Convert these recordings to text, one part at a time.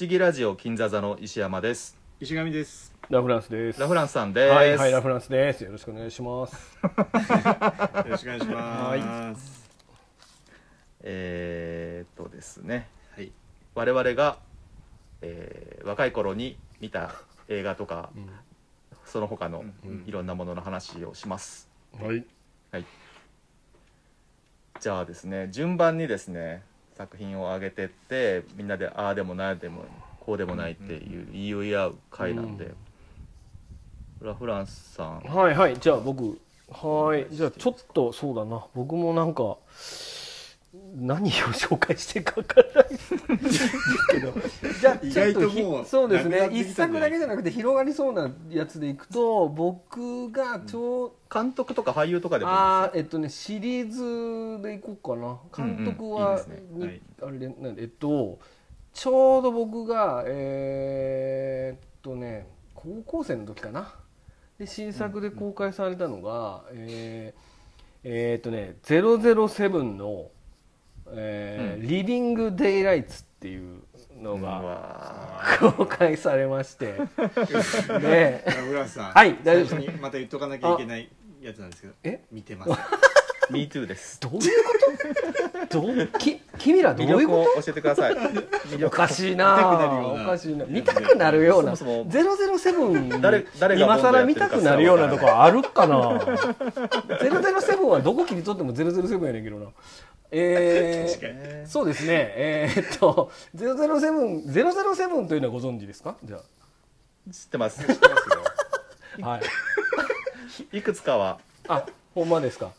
思議ラジオ金座座の石山です石上です。ラフランスです。ラフランスさんです、はい、はい、ラフランスです。よろしくお願い します。よろしくお願いします。えー、っとですねはい。我々が、えー若い頃に見 た映画とか、その他のうんいろんなものの話をします、はい。じゃあですね順番にですね作品を上げてってみんなでああでもないでもこうでもないっていう言い合う回なんで、ラフランスさんはい、はい、じゃあ、僕。はい、じゃあ、ちょっと、そうだな、僕もなんか。何を紹介していいかわからないですけ どじゃあ意ちょっ外ととひもうそうですなくなねってきたんじゃない一作だけじゃなくて広がりそうなやつでいくと僕がちょう監督とか俳優とかでもいいですあーえっとねシリーズでいこうかな監督うんうんいいはですねにはいあれなんでえっとちょうど僕がえーっとね高校生の時かなで新作で公開されたのが、えーえーっとね「007の」えーうんリビング・デイライツ」っていうのうがわ公開され まして、ねラブラスさん。はい大丈夫です最初にまた言っとかなきゃいけないやつなんですけど。え見てます。ー Me too ですどういうことどうき君らどう魅いう力こをと教えてください魅お力かしいな見たくなるようなおかしいな見たくなるようなそもそも007誰誰が今ボンドやっ更て見るかたくなるようなとこある かな007はどこ切り取っても007やねんけどなえー、ねそうですねえー、っと007 007というのはご存知ですかじゃ知ってますあはいいくつかはあほんまですか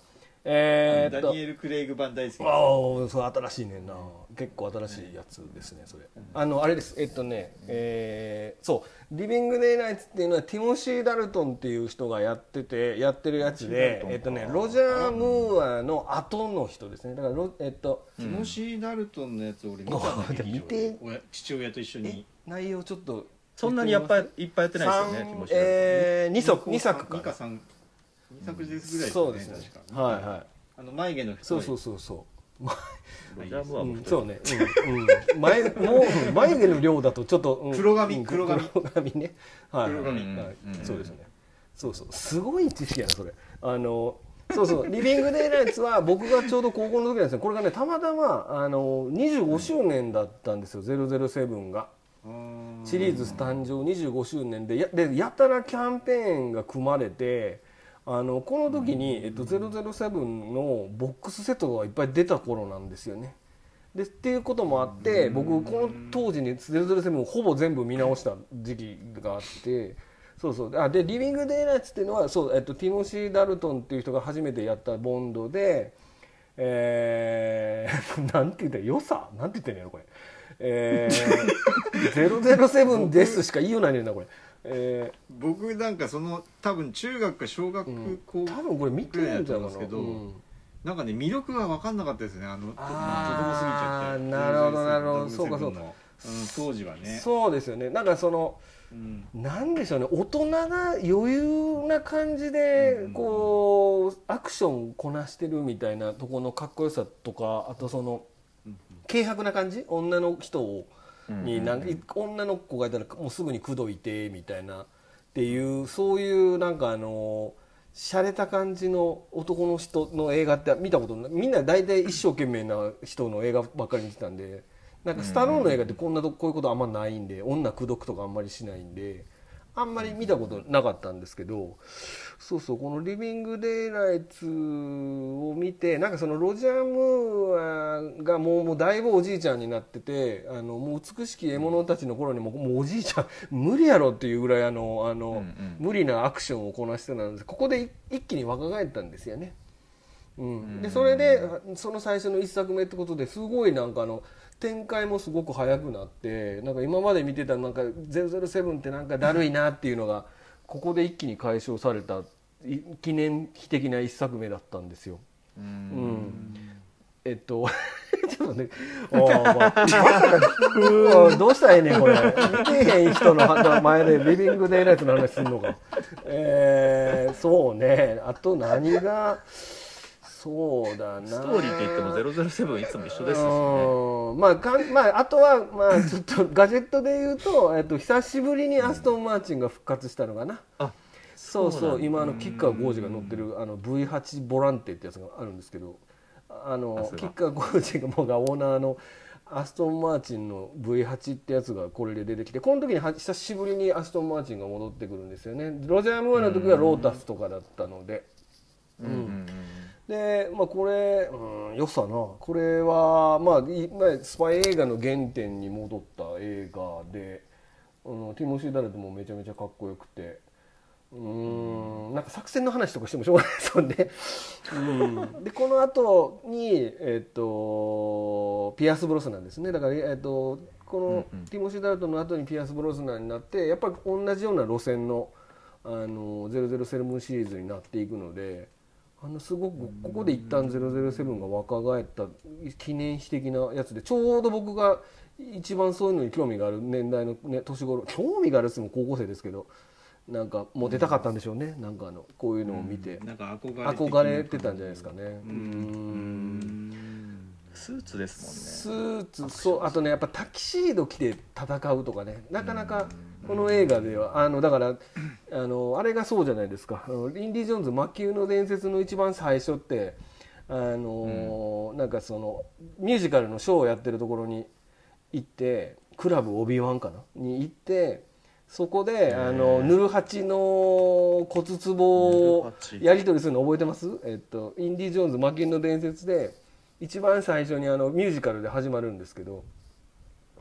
えー、ダっとニエル・クレイグ版大好きです。ああそう新しいねんな結構新しいやつですねそれあのあれですえっとねえーそう「リビング・デイ・ナイツ」っていうのはティモシー・ダルトンっていう人がやっててやってるやつでえっとねロジャー・ムーアの後の人ですねだからロえっとティモシー・ダルトンのやつ俺見たおーで見て親父親と一緒に内容ちょっとそんなにやっぱいいっぱいやってないですよね三気持ちえー、2作二作2かか3 2作ですぐらいそうですね確かはいはいあの眉毛の太いそうそうそうそうロジャームーアうもん一そ人うね、うんうん、眉もううん眉毛の量だとちょっと、うん黒髪うん黒髪黒髪ねはい、黒はい髪うんそうですねそうそうすごい知識やなそれあのそうそう「リビング・デイ・ライツ」は僕がちょうど高校の時なんですねこれがねたまたまあの25周年だったんですよ「007」が。あーシリーズ誕生25周年でやでやたらキャンペーンが組まれてあのこの時に、えっと、007のボックスセットがいっぱい出た頃なんですよね。でっていうこともあって僕この当時に007をほぼ全部見直した時期があってそうそうあで「リビング・デイ・ライツ」っていうのはそう、えっと、ティモシー・ダルトンっていう人が初めてやったボンドで。えー、 なんて言ったら良さなんて言ってんのやろこれえー、007ですしか言いようないねんなこれえ僕なんかその多分中学か小学ー、高多分これ見てるんじゃないかな、ううんんなんかね魅力が分かんなかったですねあの子供すぎちゃあーってなるほどなるほど007そうかそうかのん当時はねそうですよねなんかそのうんなんでしょうね大人が余裕な感じでうんこうアクションこなしてるみたいなとこのかっこよさとかあとそのうん軽薄な感じ女の人をうんになんかい女の子がいたらもうすぐに口説いてみたいなっていうそういうなんかあの洒落た感じの男の人の映画って見たことないみんな大体一生懸命な人の映画ばっかり見てたんでなんかスタローンの映画ってこんなとここういうことあんまないんで女口説くとかあんまりしないんであんまり見たことなかったんですけどそうそうこの「リビング・デイ・ライツ」を見てなんかそのロジャー・ムーアがもうもうだいぶおじいちゃんになっててあのもう美しき獲物たちの頃にももうおじいちゃん無理やろっていうぐらいあのあの、んうん無理なアクションをこなしてたんですここで一一気に若返ったんですよね。うん、でそれでその最初の1作目ってことですごいなんかあの展開もすごく早くなってなんか今まで見てたなんか007ってなんかだるいなっていうのがここで一気に解消されたい記念碑的な1作目だったんですよ。ううんん、えっと ちょっとねあー、 まあ、まさかうわどうしたらええねんこれ見てへん人の前でリビングデイライトの話すんのかえー、そうねあと何がそうだなストーリーって言っても007いつも一緒ですしねうんまあかんまああとはまあちょっとガジェットで言うとえっと久しぶりにアストンマーチンが復活したのかな、あそうそうそなうんだ今あのキッカーゴージが乗ってるあの V8 ボランテってやつがあるんですけどああのそうだキッカーゴージがもうがオーナーのアストンマーチンの V8 ってやつがこれで出てきてこの時には久しぶりにアストンマーチンが戻ってくるんですよねロジャー・ムーアの時はロータスとかだったので。うんうんうんで、まあ、これ、うん、良さなこれは、まあいまあ、スパイ映画の原点に戻った映画で、うん、ティモシー・ダレットもめちゃめちゃかっこよくてうんなんか作戦の話とかしてもしょうがないですもんね、うん、でこの後にえっ、とピアス・ブロスなんですねだから、えっとこの、うんうんティモシー・ダルトンの後にピアス・ブロスナーになってやっぱり同じような路線のあの007シリーズになっていくのであのすごくここで一旦007が若返った記念碑的なやつでちょうど僕が一番そういうのに興味がある年代の、ね、年頃興味があるっつっても高校生ですけどなんかモテたかったんでしょうね、なんかあのこういうのを見て、なんか憧れ的な憧れてたんじゃないですかね。ううんんスーツですスもんねーツそうあとねやっぱタキシード着て戦うとかねなかなかこの映画ではあのだからあのあれがそうじゃないですかあのリンディ・ジョーンズ「魔球の伝説」の一番最初ってあの、なんかそのミュージカルのショーをやってるところに行ってクラブオビワンかなに行ってそこであのへーヌルハチの骨壺をヌルハチやり取りするの覚えてますえっと、インディ・ジョーンズ魔球の伝説で一番最初にあのミュージカルで始まるんですけど、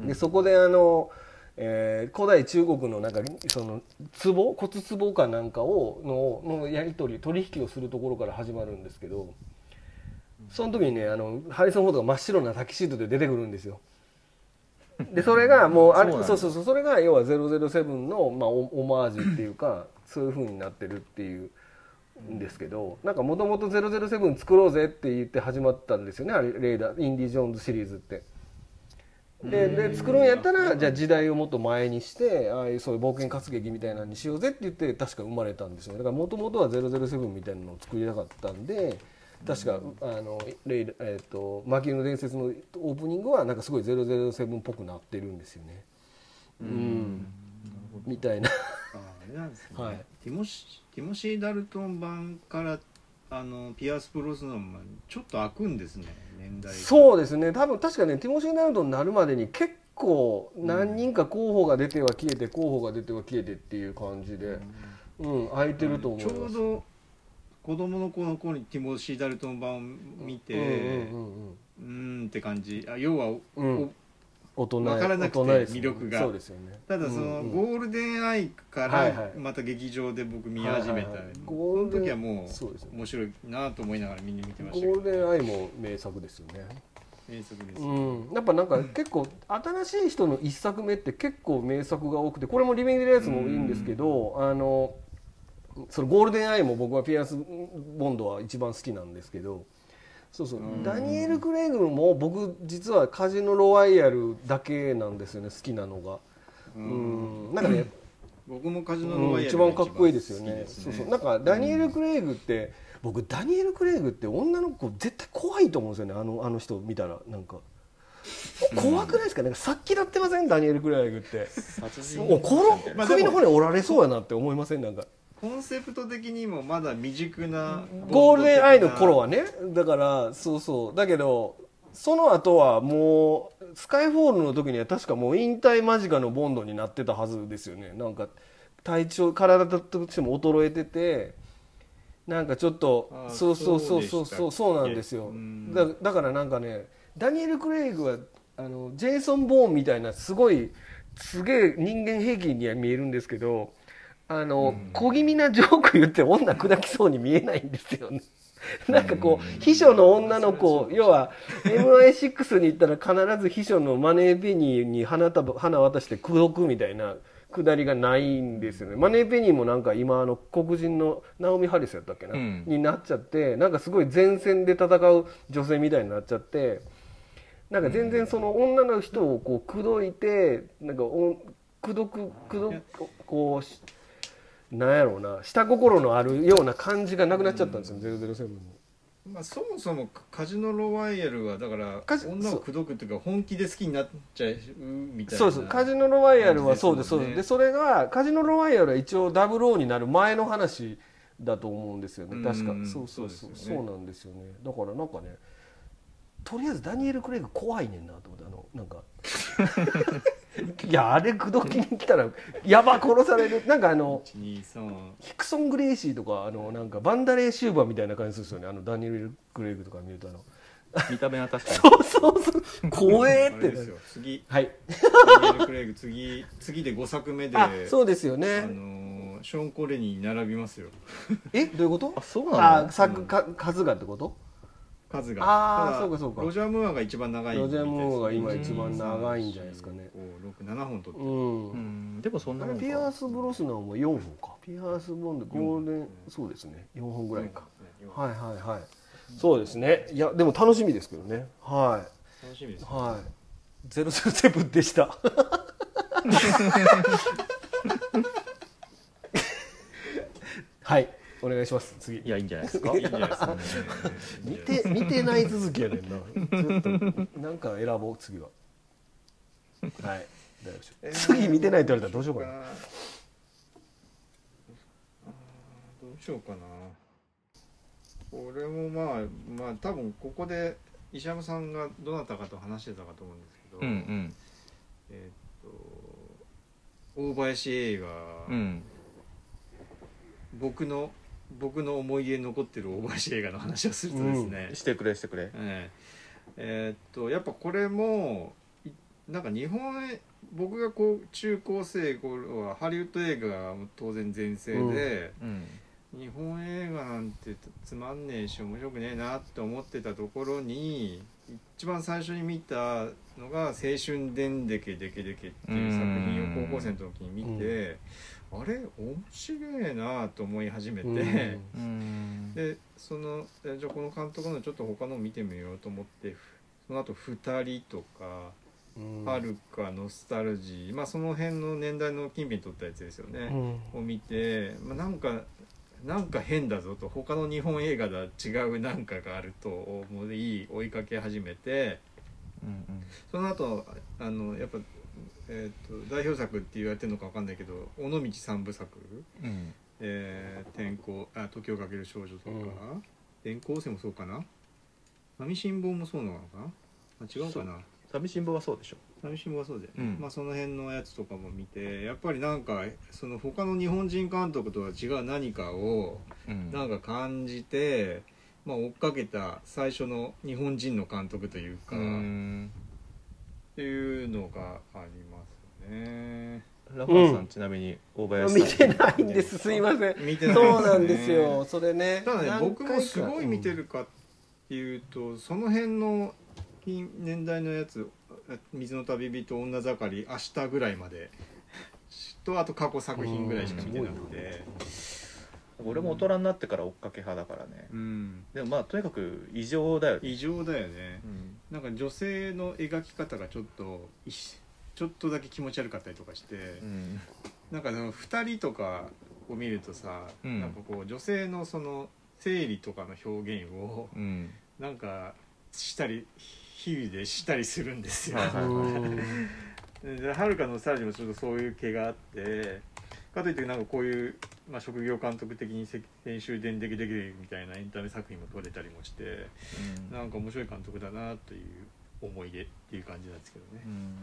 でそこであの、えー古代中国のなんかその壺骨壺かなんかをののやり取り取引をするところから始まるんですけどその時にねあのハリソン・フォードが真っ白なタキシードで出てくるんですよ。でそれがもうあれそうなんだそうそうそうそれが要は007の、まあ、オオマージュっていうかそういう風になってるっていう。んですけどなんかもともと007作ろうぜって言って始まったんですよねあれレーダーインディ・ジョーンズシリーズってでで作るんやったらじゃあ時代をもっと前にしてああいうそういう冒険活劇みたいなのにしようぜって言って確か生まれたんですよねだからもともとは007みたいなのを作りたかったんで確か「あのレイダーえー、と魔球の伝説」のオープニングはなんかすごい007っぽくなってるんですよねうんみたいなああれなんですね、はいティモシティモシー・ダルトン版からあのピアース・ブロスナンまでちょっと開くんですね年代がそうですね多分確かねティモシー・ナルドになるまでに結構何人か候補が出ては消えて、候補が出ては消えてっていう感じで、うん、空いてると思いちょまうす。ど子供の子の子にティモシー・ダルトン版を見てうんうんうんうんうーんって感じあ要は、うんお大人わからなくて大人です魅力がそうですよねただその、うんうんゴールデンアイかはいはらいまた劇場で僕見始めた、はいはいはいこの時はもうそうですよね面白いなと思いながら見に見てまゴしたけーどルデンアイも名作ですよね名作です、うんやっぱなんか結構新しい人の一作目って結構名作が多くてこれも「リビング・レース」もいいんですけどあのそのゴールデンアイも僕はピアース・ボンドは一番好きなんですけどそうそうダニエル・クレイグも僕実はカジノ・ロワイヤルだけなんですよね好きなのがうんなんかね僕もカジノのうワん、イヤ一ルが番かっこいいですよね好きですそうそうなんかダニエル・クレイグって、僕ダニエル・クレイグって女の子絶対怖いと思うんですよねあのあの人見たらなんか怖くないですかなんか殺気立ってませんダニエル・クレイグ って殺人もうこの首の骨折られそうやなって思いませんなんかコンセプト的にもまだ未熟なゴールデンアイの頃ははねだからそうそうだけどその後はもうスカイフォールの時には確かもう引退間近のボンドになってたはずですよねなんか体調体としても衰えててなんかちょっとあそうそうそうそそううでしたそっうけそうなんですようんだだからなんかねダニエル・クレイグはあのジェイソン・ボーンみたいなすごいすげえ人間平均には見えるんですけどあの、小気味なジョーク言って女砕きそうに見えないんですよね。 なんかこう、秘書の女の子、要は、MI6 に行ったら必ず秘書のマネーペニーに花束、花渡して口説くみたいなくだりがないんですよね。マネーペニーもなんか今、あの、黒人のナオミ・ハリスやったっけな、うんになっちゃって、なんかすごい前線で戦う女性みたいになっちゃって、なんか全然その女の人をこう口説いてなんかお口説く口説くこうしなんやろうな下心のあるような感じがなくなっちゃったんですよ、007に。まあ、そもそもカジノロワイヤルはだからカジ女を口説くっていうか本気で好きになっちゃうみたいなそうですカジノロワイヤルはそう感じでですすそもうんねですでそれがカジノロワイヤルは一応 WO になる前の話だと思うんですよね確かうんそうそうそそううですそようねなんですよねだからなんかねとりあえずダニエル・クレイグ怖いねんなと思ってあのなんか いやあれ口説きに来たらやば殺される なんかあの123ヒクソン・グレイシーとかあのなんかバンダレー・シューバーみたいな感じするんですよねあのダニエル・クレイグとか見るとあの見た目は確かにそうそうそう怖あえっれてなでするよ次 はいダニエル・クレイグ次次で5作目でああのそうですよねーショーン・コレニーに並びますよえどういうことあそうなあの作か数がってこと数があたーだそうかそうかロジャー・ムーアが一番長いロジャームーアが今一番長いんじゃないですかね67本取っうてん、うんでもそんなあもれんピアーかス・ブロスナンも4本かピアース・ボンドゴールデン、うんそうですね4本ぐらいか、は、はいはいはいそうですねいやでも楽しみですけどねはい楽しみでいす、はい007でした はいお願いします次いやいいんじゃないですかいいんじゃないですかねいいん見じゃないですかて見てない続きやねんなちょっとなんか選ぼう次ははい大丈夫でしょう次見てないって言われたらどうしようかなあーどうしようかなこれもまあまあ多分ここで石山さんがどなたかと話してたかと思うんですけど、うんうんえーっと大林映画、うん僕の僕の思い出に残ってる大林映画の話をするとですね、してくれしてくれえええーっとやっぱこれもいなんか日本へ僕がこう中高生頃はハリウッド映画が当然全盛で、うん日本映画なんてつまんねえし面白くねえなって思ってたところに一番最初に見たのが「青春でんでけでけでけ」っていう作品を高校生の時に見て、あれ面白いなと思い始めて。うんうんでそのえじゃあこの監督のちょっと他の見てみようと思ってふその後二人」とかう「んはるか」「ノスタルジー」まあその辺の年代の近辺に撮ったやつですようね、んを見て、まあ、なんかなんか変だぞと他の日本映画とは違うなんかがあると思い追いかけ始めてうんその後あのやっぱ、えー、と代表作って言われてるのか分かんないけど尾道三部作うんうんえー天候あ時をかける少女とか、うん転校生もそうかな寂しん坊もそうなのかなあ違うかな寂しん坊はそうでしょ寂しん坊はそうで、うんまあその辺のやつとかも見てやっぱりなんかその他の日本人監督とは違う何かをうんなんか感じて、まあ追っかけた最初の日本人の監督というか、うっんていうのがありますねラファーさんちなみに大林さん見てないんですすいません見てないですねそうなんですよそれねただね何僕も回かすごい見てるかっていうと、その辺の近年代のやつ「水の旅人女盛り」明日ぐらいまでとあと過去作品ぐらいしか見てなくて俺も大人になってから追っかけ派だからねうん、でもまあとにかく異常だよね異常だよねうんなんか女性の描き方がちょっといしちょっとだけ気持ち悪かったりとかして、うんなんかその2人とかを見るとさ、うんなんかこう女性のその生理とかの表現をうんなんかしたり日々でしたりするんですよ。はいはいはではるかのスタジオもちょっとそういう気があってかといってなんかこういう、まあ、職業監督的にせ編集伝的できるみたいなエンタメ作品も撮れたりもしてなんか面白い監督だなという思い出っていう感じなんですけどねう。ん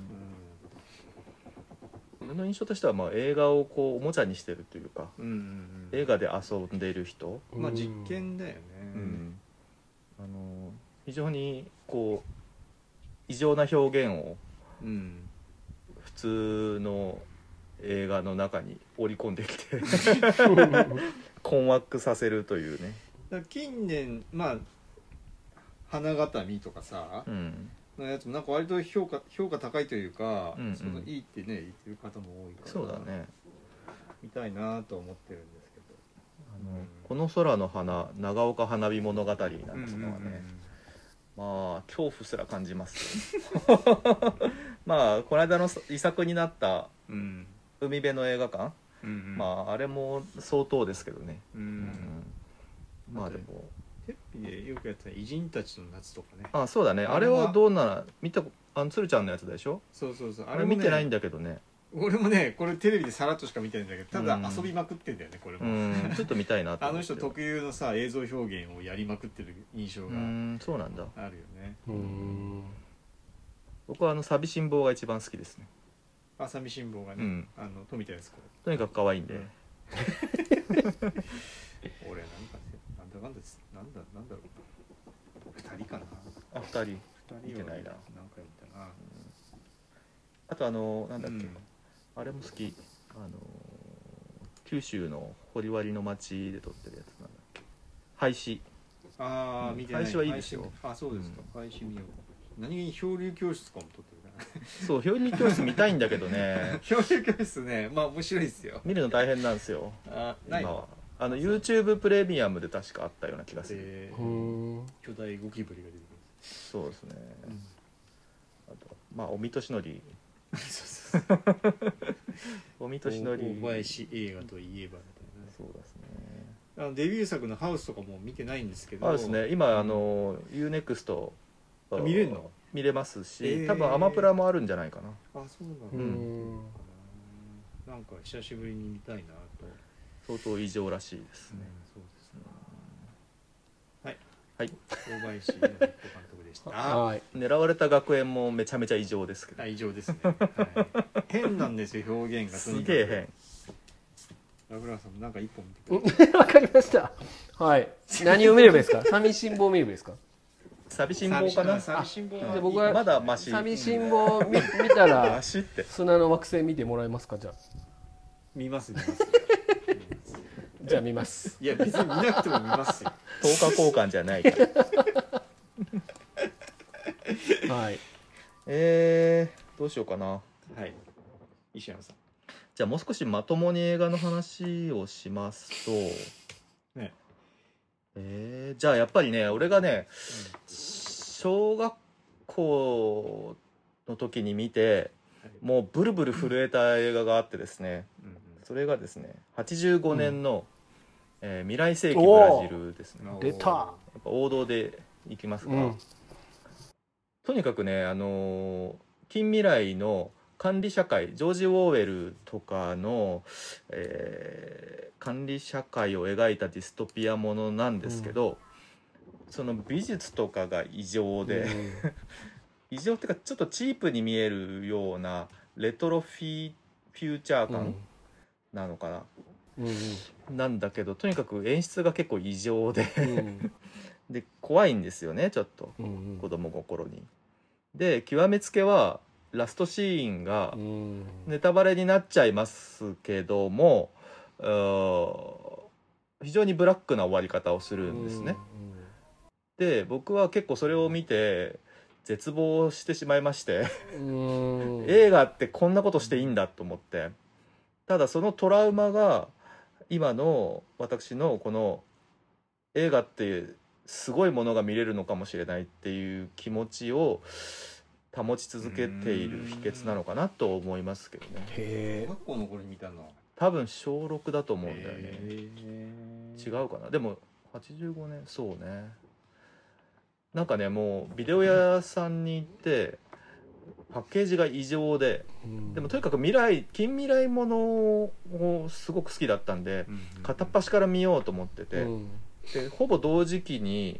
俺の印象としてはまあ映画をこうおもちゃにしてるというかうん、うんうんうん映画で遊んでいる人、うんまあ実験だよね。あの非常にこう異常な表現をうん普通の映画の中に織り込んでき て困惑させるというね、だから近年まあ花形見とかさうん、のやつもなんか割と評価評価高いというか、うんうんそのいいってね言ってる方も多いからそうだね見たいなと思ってるんですけどあの、この空の花長岡花火物語」なんていうのはね、まあ恐怖すら感じます よまあこの間の遺作になったうん海辺の映画館、うんうんまあああれも相当ですけどね、ううんんまあでもテレビでよくやってた偉人たちの夏とかねあそうだねあれはどうなら見たこあの鶴ちゃんのやつでしょそうそうそうあれ見てないんだだけどね俺もねこれテレビでさらっとしか見てないんだけどたうだん遊びまくってんだよねこれうも、 んちょっと見たいなとあ思っての人特有のさ映像表現をやりまくってる印象うがんそうなんだあるよねうん僕はあの寂しん坊が一番好きですね朝見新聞がね、うんあの富田靖子とにかく可愛いんで、うん俺なんかねなんだなんだつなんだなんだろうな二人かなあ二人二人は見てないななんか見たなあとあのなんだっけ、うんあれも好きあの九州の堀割の町で撮ってるやつなんだっけ廃止ああ、うん見てない配信はいいですよ配信あそうですか、配信見よう何気に漂流教室とかも撮ってるからそう表現教室見たいんだけど ね漂流教室ねまあ面白いですよ見るの大変なんですよあない今のはあの YouTube プレミアムで確かあったような気がするでうん巨大ゴキブリが出てくそうですねる、あとまあ尾身俊則そうそう尾身俊則大林映画といえばみたいそうですねなあのデビュー作の「ハウス」とかも見てないんですけどあですね今あの UNEXT あ見れんの見れますし、えー多分アマプラもあるんじゃないかなあそうなの、ううんなんか久しぶりに見たいなと、相当異常らしいですね、そうですねはいはい大林映画監督でしたあはい 狙われた学園もめちゃめちゃ異常ですけど、あ以上ですね、はい、変なんですよ表現がすげえ変ラフランさんもなんか一本見てくれわかりました。はい。何を見ればいいですか。寂しんぼを見ればいいですか。変寂しん坊かな寂しん坊じゃあ僕はま だマシ寂しんぼを見見たらマシって砂の惑星見てもらえますかじゃあ。見ます見ますじゃあ見ます。いや別に見なくても見ますよ10日交換じゃ ないからはい。えー、どうしようかなはい石山さじゃあもう少しまともに映画の話をしますと、ねえーじゃあやっぱりね俺がね小学校の時に見てはいもうブルブル震えた映画があってですねん、うんそれがですね85年の、えー未来世紀ブラジルですねうんや出たっぱ王道でいきますが、うん。とにかくねあのー近未来の管理社会ジョージ・ウォーウェルとかの、えー管理社会を描いたディストピアものなんですけど、その美術とかが異常で、異常っていうかちょっとチープに見えるようなレトロフィフューチャーうん。感なのかな、うんうんなんだけどとにかく演出が結構異常で うんで怖いんですよねちょっとうん子供心に。で極めつけはラストシーンがうんネタバレになっちゃいますけども、うー非常にブラックな終わり方をするんですね。で僕は結構それを見て絶望してしまいまして、うん。映画ってこんなことしていいんだと思ってただそのトラウマが今の私のこの映画ってすごいものが見れるのかもしれないっていう気持ちを保ち続けている秘訣なのかなと思いますけどねへ小学校の頃に見たの多分小6だと思へうんだよねえ違うかなでも85年そうねなんかねもうビデオ屋さんに行ってパッケージが異常でえ。でもとにかく未来近未来ものをすごく好きだったんで片っ端から見ようと思ってて、うんでほぼ同時期に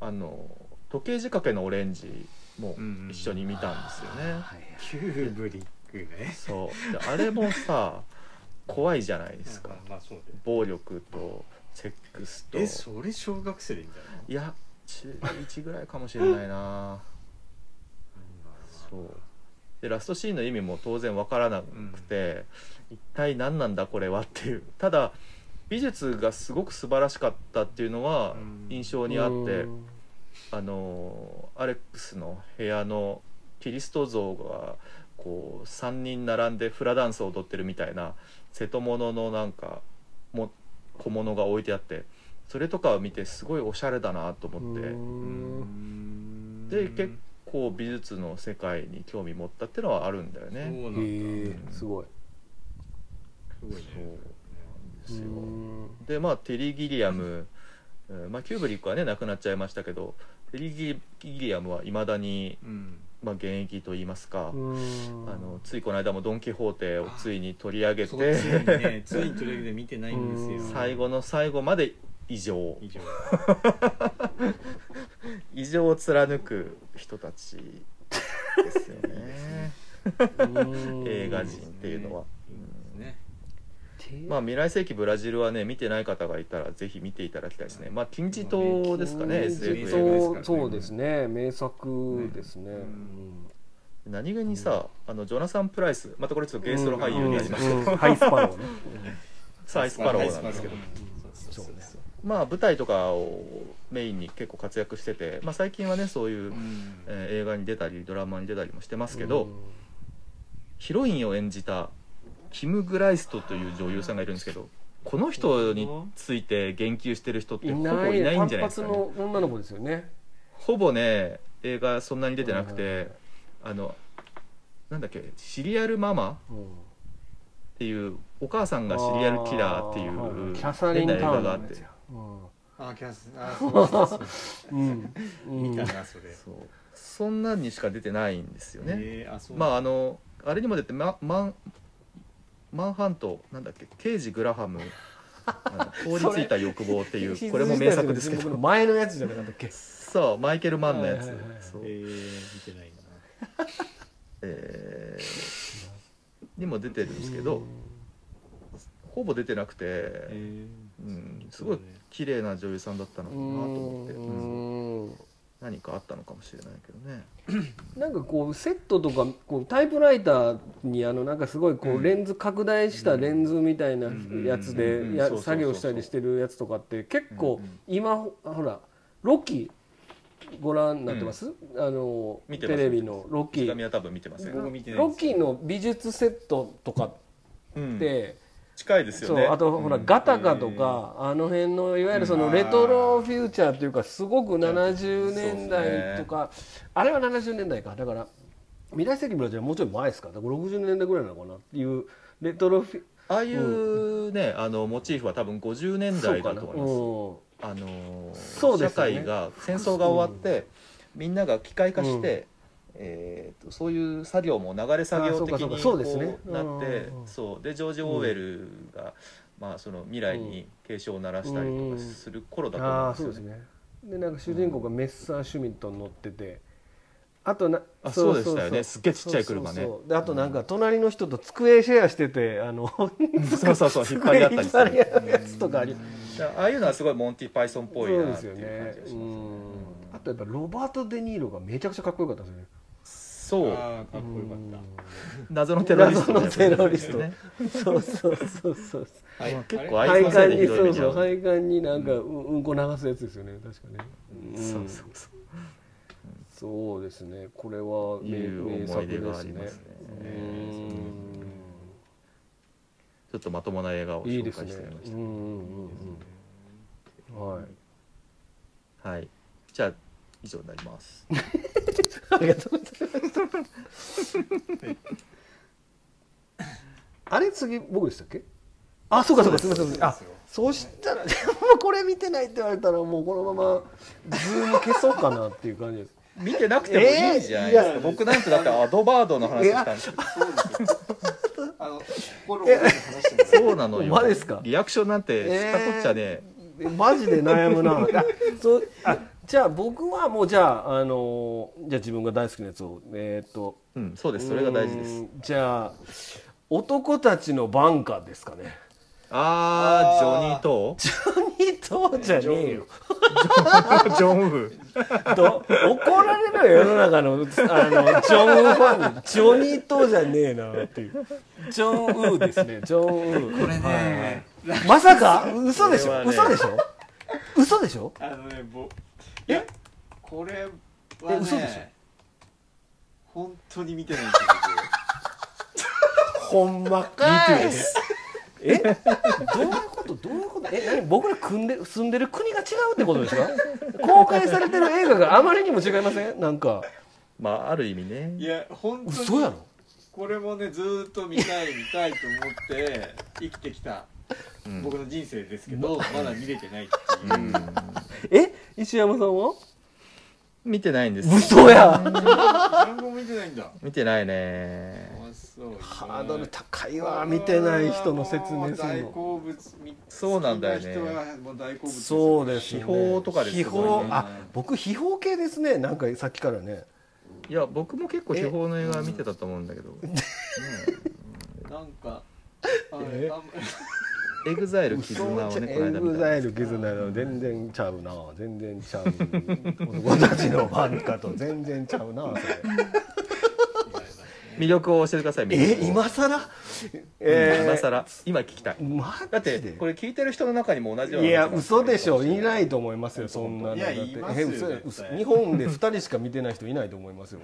あの時計仕掛けのオレンジも一緒に見たんですよね、はいキューブリックねそうであれもさ怖いじゃないですかまあまあそうだよ暴力とセックスとえそれ小学生で見たのいや中1ぐらいかもしれないなそうでラストシーンの意味も当然わからなくて、一体何なんだこれはっていうただ美術がすごく素晴らしかったっていうのはうん印象にあって、あのーアレックスの部屋のキリスト像がこう3人並んでフラダンスを踊ってるみたいな瀬戸物のなんかも小物が置いてあってそれとかを見てすごいおしゃれだなと思って。うんで結こう美術の世界に興味持ったってのはあるんだよ構ね。そうなんだへえすごい。すごいねそうなんですうよんでまあテリー・ギリアムうんまあ、キューブリックはね亡くなっちゃいましたけどフェリー・ギリアムはいまだに、うんまあ、現役といいますか、うんあのついこの間も「ドン・キホーテ」をついに取り上げそうついにてねついにトレーで見てないんですうんよ 最後の最後まで異常を以上異常を貫く人たちですよねうん 映画人っていうのは。ねまあ、未来世紀ブラジルはね見てない方がいたらぜひ見ていただきたいですね、まあ、金字塔ですかねうん SF 金映画字塔でそうそうですね名作ですね、ねうん何気にさ、あのジョナサン・プライスまたこれちょっとゲイスロ俳優になりますけど、うんうんハイスパローねサイ・スパローなんですけどうんそうそうそうまあ舞台とかをメインに結構活躍してて、まあ、最近はねそういう、うんえー映画に出たりドラマに出たりもしてますけど、ヒロインを演じたキム・グライストという女優さんがいるんですけどこの人について言及してる人っていほぼないいないんじゃない単です発か、のね、女の子ですよねほぼね映画そんなに出てなくはいはいてあのなんだっけシリアルママうんっていうお母さんがシリアルキラーっていあはいはうキャサリン・タ変なー映画ンがあっのやてつやあキャス あそうそうそううんうん見たなそれそうそんなんにしか出てないんですよね、えーあそうまああのあれにも出てママンマンハントなんだっけケイジ・グラハム あの凍りついた欲望っていシーズンうこれも名作ですけ 自ど体の沈黙の前のやつじゃなかったっけそうマイケル・マンのやつ、はいはいはいはいそうえー見てないなえーにも出てるんですけどほぼ出てなくて、えうん、すごい綺麗な女優さんだったのうかなと思って、うんんうん何かあったのかもしれないけどねなんかこうセットとかこうタイプライターにあのなんかすごいこううんレンズ拡大したレンズみたいなうんやつうんでうんそやうそうそうそう作業したりしてるやつとかって結う構んうん今ほほらロッキーご覧になってますあの見てまテすレビのロッキ手紙ーは多分見てません、僕見てないロッキーの美術セットとかうんって近いですよそうねあとほらうんガタカとかあの辺のいわゆるそのレトロフューチャーというかすごく70年代とかあれは70年代かだから未来世紀ブラジルはもうちょい前ですかだから60年代ぐらいなのかなっていうレトロフィああいうね、あのモチーフは多分50年そ代うだかとな思いますあのーそうですよね社会が戦争が終わって、みんなが機械化して、えーとそういう作業も流れ作業的あそうにかそうかこそううですねなっうんてうんうんそうでジョージ・オーウェルが、まあ、その未来に警鐘を鳴らしたりとかする頃だとああ思そううんでですすよね。ねでなんか主人公がメッサーシュミットに乗っててあとなあそうでしたよねすっげえちっちゃい車ねそうそうそうであとなんか隣の人と机シェアしてて あのそうそうそう引っ張机り引合ったりっす張りる合うやつとかありだからああいうのはすごいモンティ・パイソンっぽいそうなでってすいようね感じがしますうねんあとやっぱロバート・デ・ニーロがめちゃくちゃかっこよかったですよねそうあーかっこよかった謎のテロリストだよね謎のテロリストそうそうそうそうはいまあ結構あれあいつ配のせ管いでにひどい目にそうそ遭うう配管になんかうんうんこ流すやつですよね確かねそんうそうそうそうですねこれは名いう名思作い出がありまですすねねちょっとまともな映画をうんいい紹で介すしてねみましうた、んうんうんうんはいはいじゃあ以上になりますありがとうございました。あれ次僕でしたっけ？あ、そうかそうかすみませんすみません。あ、そうしたらもうこれ見てないって言われたらもうこのままズーム消そうかなっていう感じです。見てなくてもいいじゃないですか、えーいや僕なんてだってアドバードの話したんですけどあの心を折れて話してますそうなのよほんまですかリアクションなんてしたこっちゃね、 えーマジで悩むな。あ そうあじゃあ僕はもうじゃああのーじゃあ自分が大好きなやつをえーっとうんそうですそれが大事でうすんじゃあ男たちのバンカーですかね。ああジョあーニーとジョニーとじゃねえよ。ジョンフ ど怒られるよ世の中のあのジョンウーファンにジョニー・トーじゃねえなっていうジョン・ウーですねジョン・ウーこれねはいまさか嘘でしこれはょ、ね嘘でしょ嘘でしょあのねぼえいやこれはえ嘘でしょね本当に見てないんですよほんまかいえどういうことどういうことえ何僕ら組んで住んでる国が違うってことで すか公開されてる映画があまりにも違いませんなんかまあある意味僕いねや本当に嘘やろこれもねずーっと見たい見たいと思って生きてきたうん僕の人生ですけど、まだ見れてないっていう、うんえ石山さんは見てないんです嘘や何も見てないんだ見てないねあそうハードル高いわ見てない人の説明する大の好物みそうなんだよね好きな人はもう大好物そうです秘ね宝とかです秘ごいね宝あ僕秘宝系ですねなんかさっきからねいや僕も結構地方の映画見てたと思うんだけど、なん かあえれあんまエグザイル絆をねこの間エグ見ザたイル絆の全然ちゃうな全然ちゃう男たちのファンかと全然ちゃうなそれ魅力を教えてください魅え力を今さらえ今え更今聞きたいー、マジでだってこれ聞いてる人の中にも同じよういなや嘘でしょいないと思いますよそんなのいやだっていますよえ嘘絶対嘘日本で2人しか見てない人いないと思 いますよ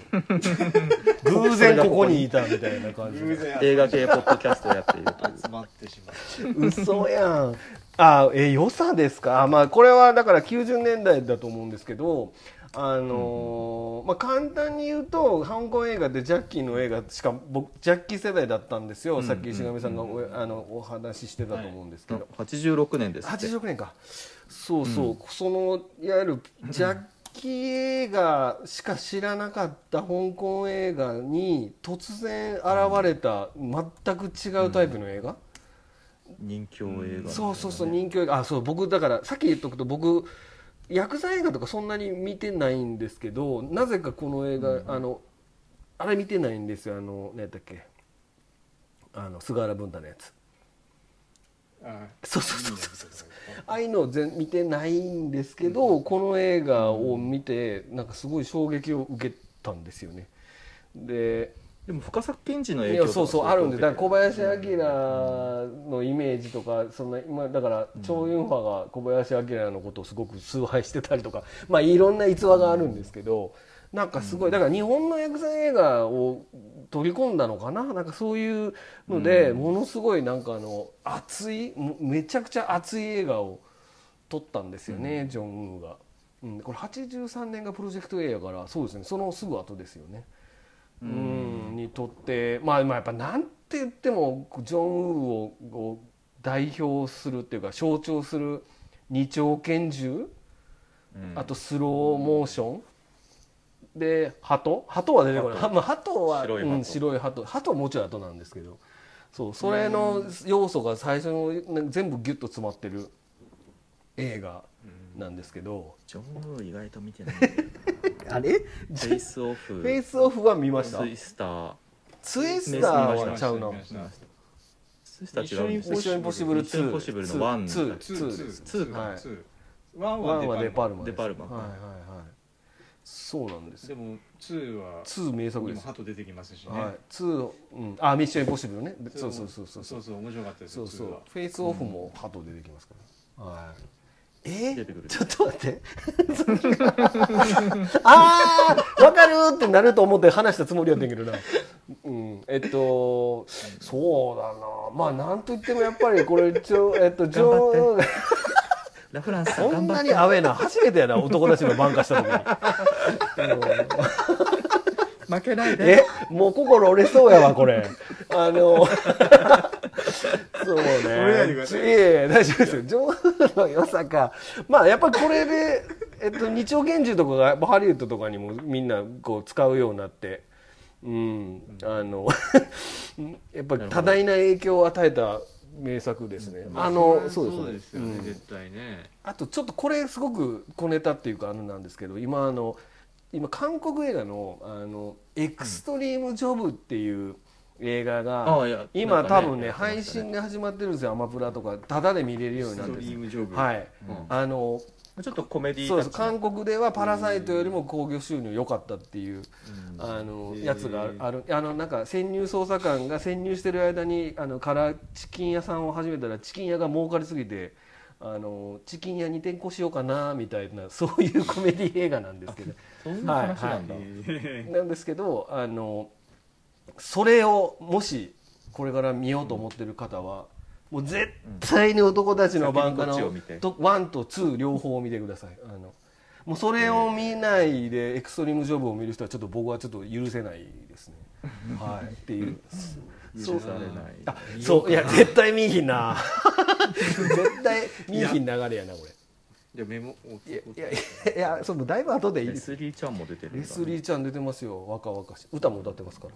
偶然ここにいたみたいな感じ偶で然映画系ポッドキャストをやっているという集まってしまう嘘やんあえ良さですかあまあこれはだから90年代だと思うんですけどあのーまあ、簡単に言うと香港映画でジャッキーの映画しか僕ジャッキー世代だったんですよ、さっき石上さんがお,、あのお話ししてたと思うんです けど、 86年ですって86年かそうそう、そのいわゆるジャッキー映画しか知らなかった香港映画に突然現れた全く違うタイプの映画、人気映画そうそうそう人気映画あそう僕だからさっき言っとくと僕薬剤映画とかそんなに見てないんですけどなぜかこの映画、あのあれ見てないんですよあの何やったっけあの菅原文太のやつあそうそうそうそうそうああいうのを全見てないんですけど、この映画を見てなんかすごい衝撃を受けたんですよねででも深作賢治のい影響やとかそうそうあるんでだから小林林明のイメージとかそんな今だから超ユンファが小林明のことをすごく崇拝してたりとかまあいろんな逸話があるんですけどなんかすごいだから日本の薬剤映画を取り込んだのかななんかそういうのでものすごいなんかあの熱いもめちゃくちゃ熱い映画を撮ったんですよね、ジョン・ウーが、うん、これ83年がプロジェクト A やからそうですねそのすぐ後ですよねうんにとってまあまあやっぱなんて言ってもジョン・ウーをを代表するっていうか象徴する二丁拳銃、うんあとスローモーションで鳩鳩は出てこないはまあ鳩は白い鳩うん、白い鳩鳩はもちろん後なんですけどそうそれの要素が最初のなんか全部ギュッと詰まってる映画なんですけど、ジョン・ウー意外と見 てないあれフェイスオフフェイスオフは見ましたツイスターツイスター見はましちゃうなツイスター違うんですミッションインポッシブル2ミッションインポッシブルのワンツーツツーーツですーツーはかいツーワンワンははデデパパルマですデパルマはいはいはいそうなんですルよでもツーは2名作にでもす、ハト出てきますしねはい2、うん、あミッションインポッシブルねでそうそうそうそそうそううそう面白かったですそようそうツーはフェイスオフもハト出てきますから、はいえ 出てくるちょっと待ってああわかるーってなると思って話したつもりやったんやけどな、うん、えっとそうだなまあなんといってもやっぱりこれ一応えっと頑張って上ラフランスさんこ頑ん張なっにてアウェーな初めてやな男たちの挽回した時に負けないで えもう心折れそうやわこれあのそうねれないでくださいいえいえ大丈夫ですよ上手の良さかまあやっぱりこれで、えっと、日曜拳銃とかがやっぱハリウッドとかにもみんなこう使うようになってうんあの やっぱり多大な影響を与えた名作ですねあのそうですねよね絶対ねあとちょっとこれすごく小ネタっていうかあれなんですけど今あの今韓国映画のあの「エクストリーム・ジョブ」っていう映画が、ああいや今、なんか多ね分ねやってましたね配信が始まってるんですよアマプラとかタダで見れるようになってるんストリームでジすョブはい、うんあのちょっとコメディそうですタッチ韓国では「パラサイト」よりも興行収入良かったっていう、あのへーやつがあるあのなんか潜入捜査官が潜入してる間にあのからチキン屋さんを始めたらチキン屋が儲かりすぎてあのチキン屋に転校しようかなみたいなそういうコメディ映画なんですけど。そういう話なんだ、はいへなんですけどあのそれをもしこれから見ようと思ってる方は、もう絶対に男たちの番組先にこっちをの見てと1と2両方を見てくださいあのもうそれを見ないでエ クストリームジョブを見る人はちょっと僕はちょっと許せないですね、はい、っていう許されないあそういや絶対見いひん な絶対見いひん流れやなこれ じゃあメモをいやいやいやいやそのだいぶ後でいいレですスリーちゃんも出てるんだねレスリーちゃん出てますよ若々しい歌も歌ってますから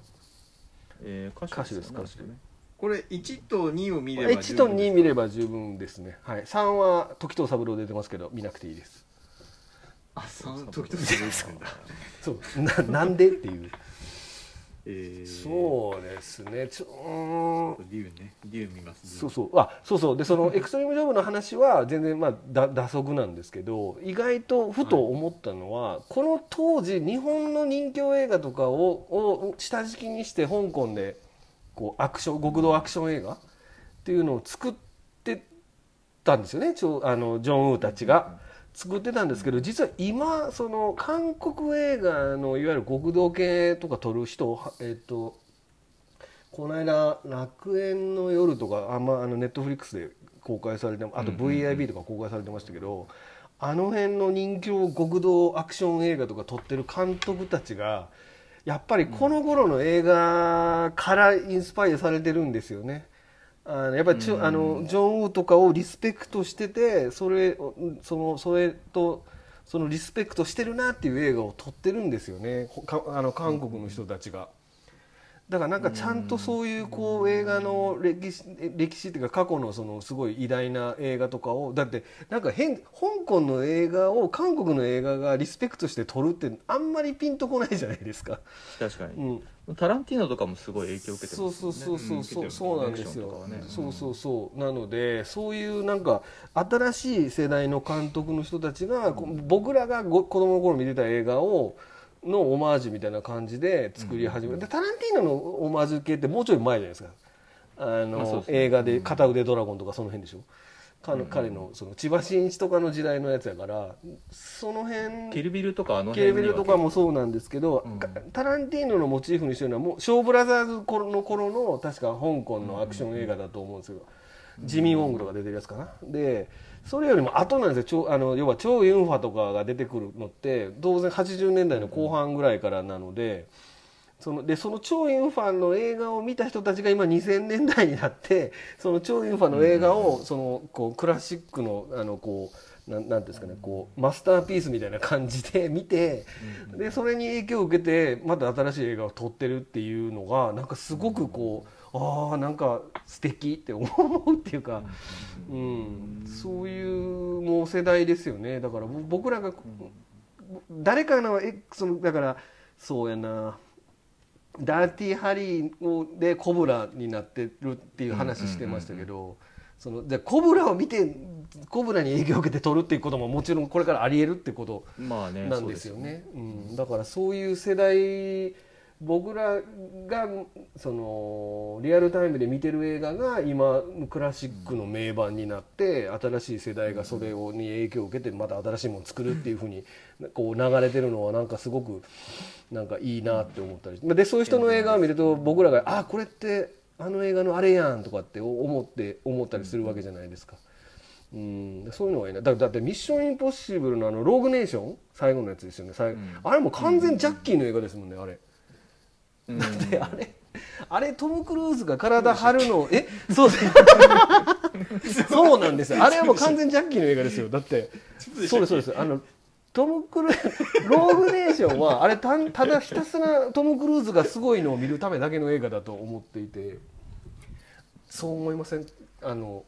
えー歌手ですよね歌手です歌手これ1と2を見れば1と2見れば十分ですね、はい、3は時藤三郎出てますけど見なくていいですあ三時と2ですかそうななんでっていうえーそうですねちょうーん竜ね竜見ますそうそうあそうそうでそのエクストリームジョブの話は全然まあだ打足なんですけど意外とふと思ったのは、この当時日本の人気映画とかをを下敷きにして香港でこうアクション極道アクション映画っていうのを作ってたんですよねちょあのジョン・ウーたちが。作ってたんですけど実は今その韓国映画のいわゆる極道系とか撮る人はえっとこの間「楽園の夜」とかあんまあのネットフリックスで公開されてあとうんうんうん VIB とか公開されてましたけど、あの辺の人気を極道アクション映画とか撮ってる監督たちがやっぱりこの頃の映画からインスパイアされてるんですよね。あのやっぱりちゅ、うんあのジョン・ウーとかをリスペクトしててそれをそのそれとそのリスペクトしてるなっていう映画を撮ってるんですよねほかあの韓国の人たちが。だからなんかちゃんとそういうこう映画の歴史歴史っていうか過去のそのすごい偉大な映画とかをだってなんか変香港の映画を韓国の映画がリスペクトして撮るってあんまりピンとこないじゃないですか。確かうに、ん、タランティーノとかもすごい影響を受けてそまうすそようねそうそううそんうそうなんです受けてよますね。そうそうそうなのでそういうなんか新しい世代の監督の人たちがこう僕らがご子供の頃見てた映画をのオマージュみたいな感じで作り始めうんる。でタランティーノのオマージュ系ってもうちょい前じゃないですか。あまあそうのですね映画で片腕ドラゴンとかその辺でしょ。彼のうん彼のその千葉真一とかの時代のやつやからその辺キルビルとかあのケ辺ーベルとかもそうなんですけど、うんかタランティーノのモチーフにしてるのはもうショーブラザーズ頃の頃の確か香港のアクション映画だと思うんですけど、ジミー・ウォングとか出てるやつかなでそれよりも後なんですよ超あの要は超ユンファとかが出てくるのって当然80年代の後半ぐらいからなので。そのでその超インファの映画を見た人たちが今2000年代になってその超インファの映画をそのこうクラシックのあのこうなんなんていうんですかねこうマスターピースみたいな感じで見てでそれに影響を受けてまた新しい映画を撮ってるっていうのがなんかすごくこうああんか素敵って思うっていうか。うん、そういうもう世代ですよねだからぼ僕らが、誰かのえそのだからそうやなダーティーハリーをでコブラになってるっていう話してましたけど、そのじゃあコブラを見てコブラに影響を受けて撮るっていうことももちろんこれからありえるってことまあねなんですよね。うん、だからそういう世代僕らがそのリアルタイムで見てる映画が今クラシックの名盤になって新しい世代がそれをに影響を受けてまた新しいものを作るっていうふうにこう流れてるのはなんかすごくなんかいいなって思ったりでそういう人の映画を見ると僕らがあこれってあの映画のあれやんとかって思って思ったりするわけじゃないですか。うん、そういうのがいいなだだって「ミッションインポッシブルの」あのローグネーション最後のやつですよね最後、うんあれも完全ジャッキーの映画ですもんねあれ、そうですよねであれあれトム・クルーズが体張るのえ そうですそうなん ですよあれはもう完全ジャッキーの映画ですよだってそうですそうですあのトム・クルーズローグネーションはあれたんただひたすらトム・クルーズがすごいのを見るためだけの映画だと思っていてそう思いませんあの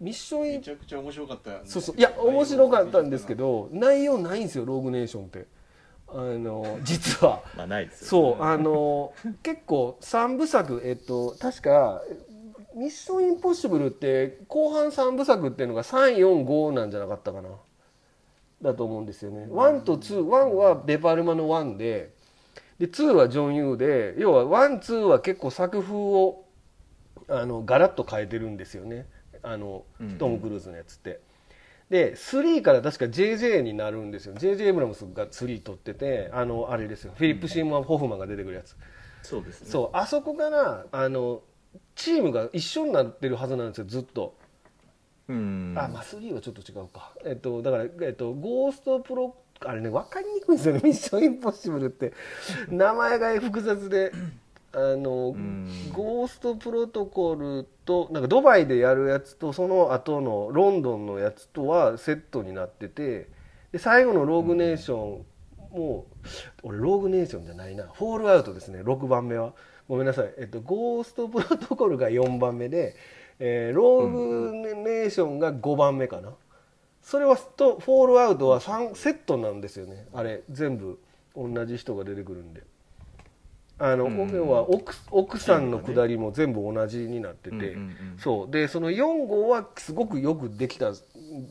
ミッションインめちゃくちゃ面白かったよねそうそういや面白かったんですけど内容ないんですよローグネーションってあの実はまあないですよそうあの結構3部作えっと確か「ミッションインポッシブル」って後半3部作っていうのが345なんじゃなかったかなだと思うんですよね1と21はデパルマの1でで2はジョン・ユーで要は12は結構作風をあのガラッと変えてるんですよねあのうんトム・クルーズのやつって。で3から確か JJ になるんですよ JJ エブラムスが3取っててあのあれですよフィリップ・シーモア・ホフマンが出てくるやつ、そうですねそうあそこからあのチームが一緒になってるはずなんですよずっと、うんあまあ3はちょっと違うかえっとだから、えっと、ゴーストプロあれね分かりにくいんですよね「ミッションインポッシブル」って名前が複雑であの、んゴーストプロトコルとなんかドバイでやるやつとその後のロンドンのやつとはセットになっててで最後のローグネーションもう俺ローグネーションじゃないなフォールアウトですね6番目はごめんなさい、えっと、ゴーストプロトコルが4番目で、えーローグネーションが5番目かな、それはとフォールアウトは3セットなんですよねあれ全部同じ人が出てくるんであの、うんうん要は奥奥さんの下りも全部同じになってて、うんうんうんそうでその4号はすごくよくできた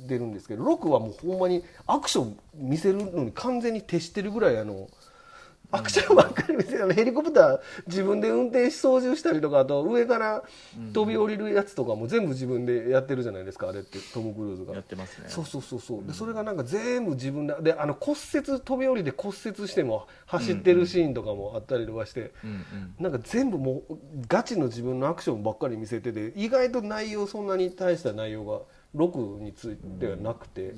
出るんですけど6はもうほんまにアクション見せるのに完全に徹してるぐらいあの。アクションばっかり見せるあのヘリコプター自分で運転し操縦したりとかあと上から飛び降りるやつとかも全部自分でやってるじゃないですかあれってトム・クルーズがやってますねそうそうそうそうでそれがなんか全部自分でであの骨折飛び降りで骨折しても走ってるシーンとかもあったりとかして、うんなんか全部もうガチの自分のアクションばっかり見せてて意外と内容そんなに大した内容が6についてはなくて、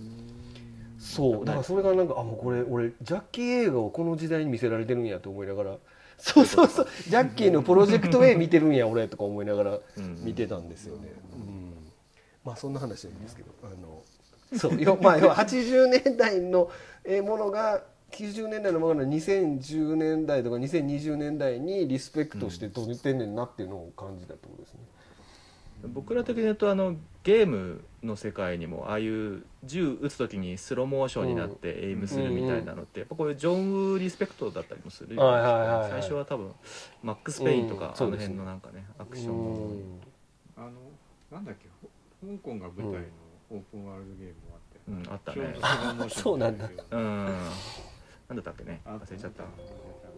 そうだからそれがなんかあもうこれ俺ジャッキー映画をこの時代に見せられてるんやと思いながら。そうそうそうジャッキーのプロジェクト A 見てるんや俺とか思いながらうん見てたんですよね、うんまあそんな話はいいんですけどあの そうよまあ要は80年代のえーものが90年代のものが2010年代とか2020年代にリスペクトして撮ってんねんなっていうのを感じたってことですね。うん僕ら的に言うとあのゲームの世界にもああいう銃撃つ時にスローモーションになってエイムするみたいなのってやっぱこういうジョン・ウーリスペクトだったりもする、はいはいはいはい最初は多分マックス・ペインとか、うんあそうのですね辺のなんかねアクションものにうあのなんだっけほ香港が舞台のオープンワールドゲームもあっうん、あったて、ちょうねどスロー モーションみたいうんななんだったっけねあ忘れちゃったん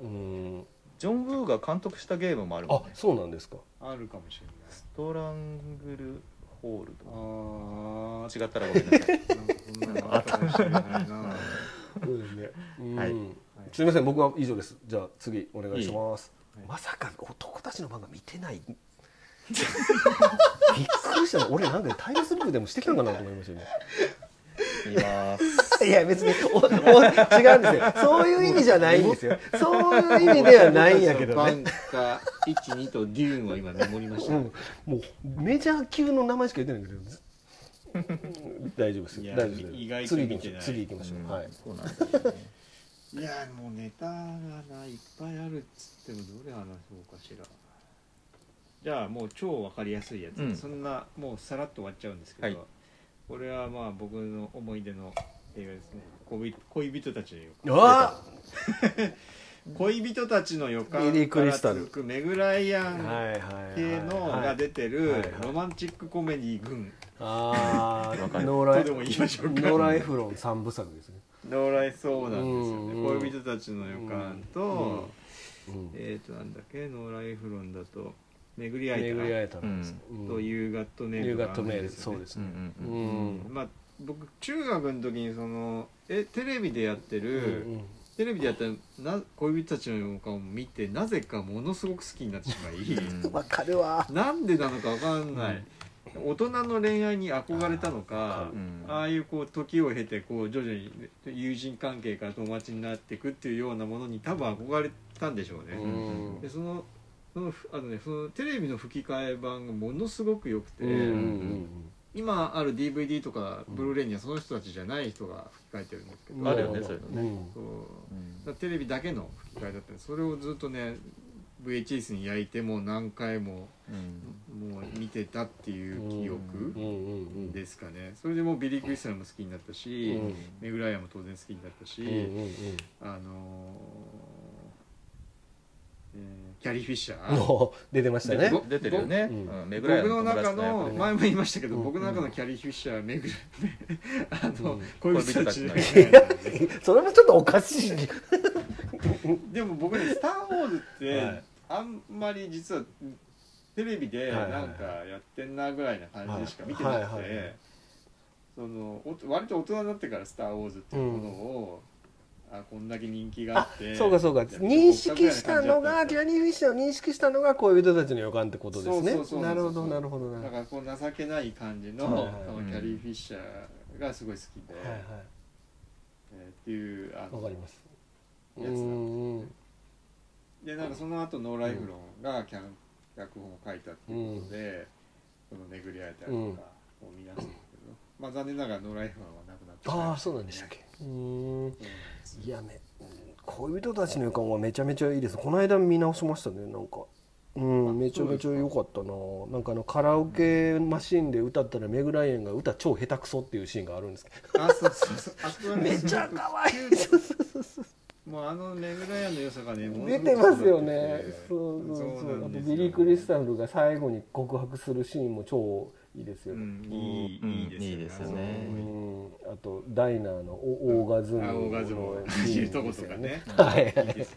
うんジョン・ウーが監督したゲームもあるもんあねそうなんですか。あるかもしれないストラングルホール とかあ違ったらごめんなさいあなんかそんなのあったかもしれない なそうですね。はいうはんいすみません僕は以上です。じゃあ次お願いします。いはいまさか男たちの番が見てない。びっくりしたね。俺なんでタイムスリップでもしてきたんかなと思いましたね。見ます いや別におお違うんですよそういう意味じゃないんですよそういう意味ではないんやけどバンねカ12とデューンを今メりましうた、ん、もうメジャー級の名前しか言ってないんだけど大丈夫ですいよや大丈夫意で外すと次見行てきまないしょう次行きましょう、はいそうなんですよねいやもうネタがないっぱいあるっつってもどれ話そうかしらじゃあもう超わかりやすいやつ、うんそんなもうさらっと終わっちゃうんですけど、はいこれはまあ僕の思い出の映画ですね恋人恋人たちの予感あ恋人たちの予感リリーかクリらスタル続くメグライアあンいは系のが出てはいるはいロマンチックコメディ軍ああわかるノーライとでも言いましょうかノーライフロン三部作ですね、到来そうなんですよね、うん恋人たちの予感と、うん、えー、となんだっけノーライフロンだと巡り合巡り合ええたうら、んたと夕方メール夕とか方あメるーんでルそうですうんねうんうんうんまあ僕中学の時にそのえテレビでやってる、うんテレビでやってるな恋人たちの予感を見てなぜかものすごく好きになってしまいわかるわなんでなのかわかんない、大人の恋愛に憧れたのかうんああいうこう時を経てこう徐々に友人関係から友達になっていくっていうようなものに多分憧れたんでしょうね、うんでそのそのふあのねそのテレビの吹き替え版がものすごく良くて、うんうん今ある DVD とかブルーレイにはその人たちじゃない人が吹き替えてるんですけど、うんあるよねなそほどういうのねんそうだからテレビだけの吹き替えだったんでそれをずっとね VHS に焼いてもう何回もうんもう見てたっていう記う憶んうんうんですかねそれでもうビリー・クリスタルも好きになったし、うんメグライアンも当然好きになったし、うんうんうんあのーえーキャリー・フィッシャ ーの出てましたねで。ぼ出てるよねうんうん目ぐらい僕の中友の達役で前も言いましたけど、うん僕の中のキャリー・フィッシャーめぐるあの、うん恋人たちの恋人それもちょっとおかしい。 でも僕ね「スター・ウォーズ」って、はいあんまり実はテレビではいはいはいなんかやってんなぐらいな感じでしか見てなくて、はいはいはいそのお割と大人になってから「スター・ウォーズ」っていうものを、あこんだけ人気がああって、そうかそうか。認識したのがキャニーフィッシャーを認識したのが恋人たちの予感ってことですそうそうそうそね。うなるほどなるほどなだるからこう情けない感じの,、はいはいそのキャリー・フィッシャーがすごい好きで、ほど。はいえーっていうあはい。のわかります。うやつなんんうんでなんかその後ノーライフロンが脚脚本を書いたっていうことで、この巡り会えたりとかを見出したんだけど、まあ残念ながらノーライフロンはなくなってしまいあまあしたそねうなんでしたっけうーんそうなんですいやめうん恋人たちの予感はめちゃめちゃいいですこの間見直しましたねなんかうんめちゃめちゃ良かったななんかあのカラオケマシンで歌ったらメグライエンが歌超下手くそっていうシーンがあるんですけあそうそうそうあそこはどねめっちゃすごく可愛いもうあのレグライアンの良さがねもの出すごてくますよねそうそうそうそうなあんとですよビリー・クリスタルが最後に告白するシーンも超いいですうよ、んいい、うんいいですよね,、いいですようねんあとダイナーのオオーガズムあオーガズムを走るとことか ねはいいいです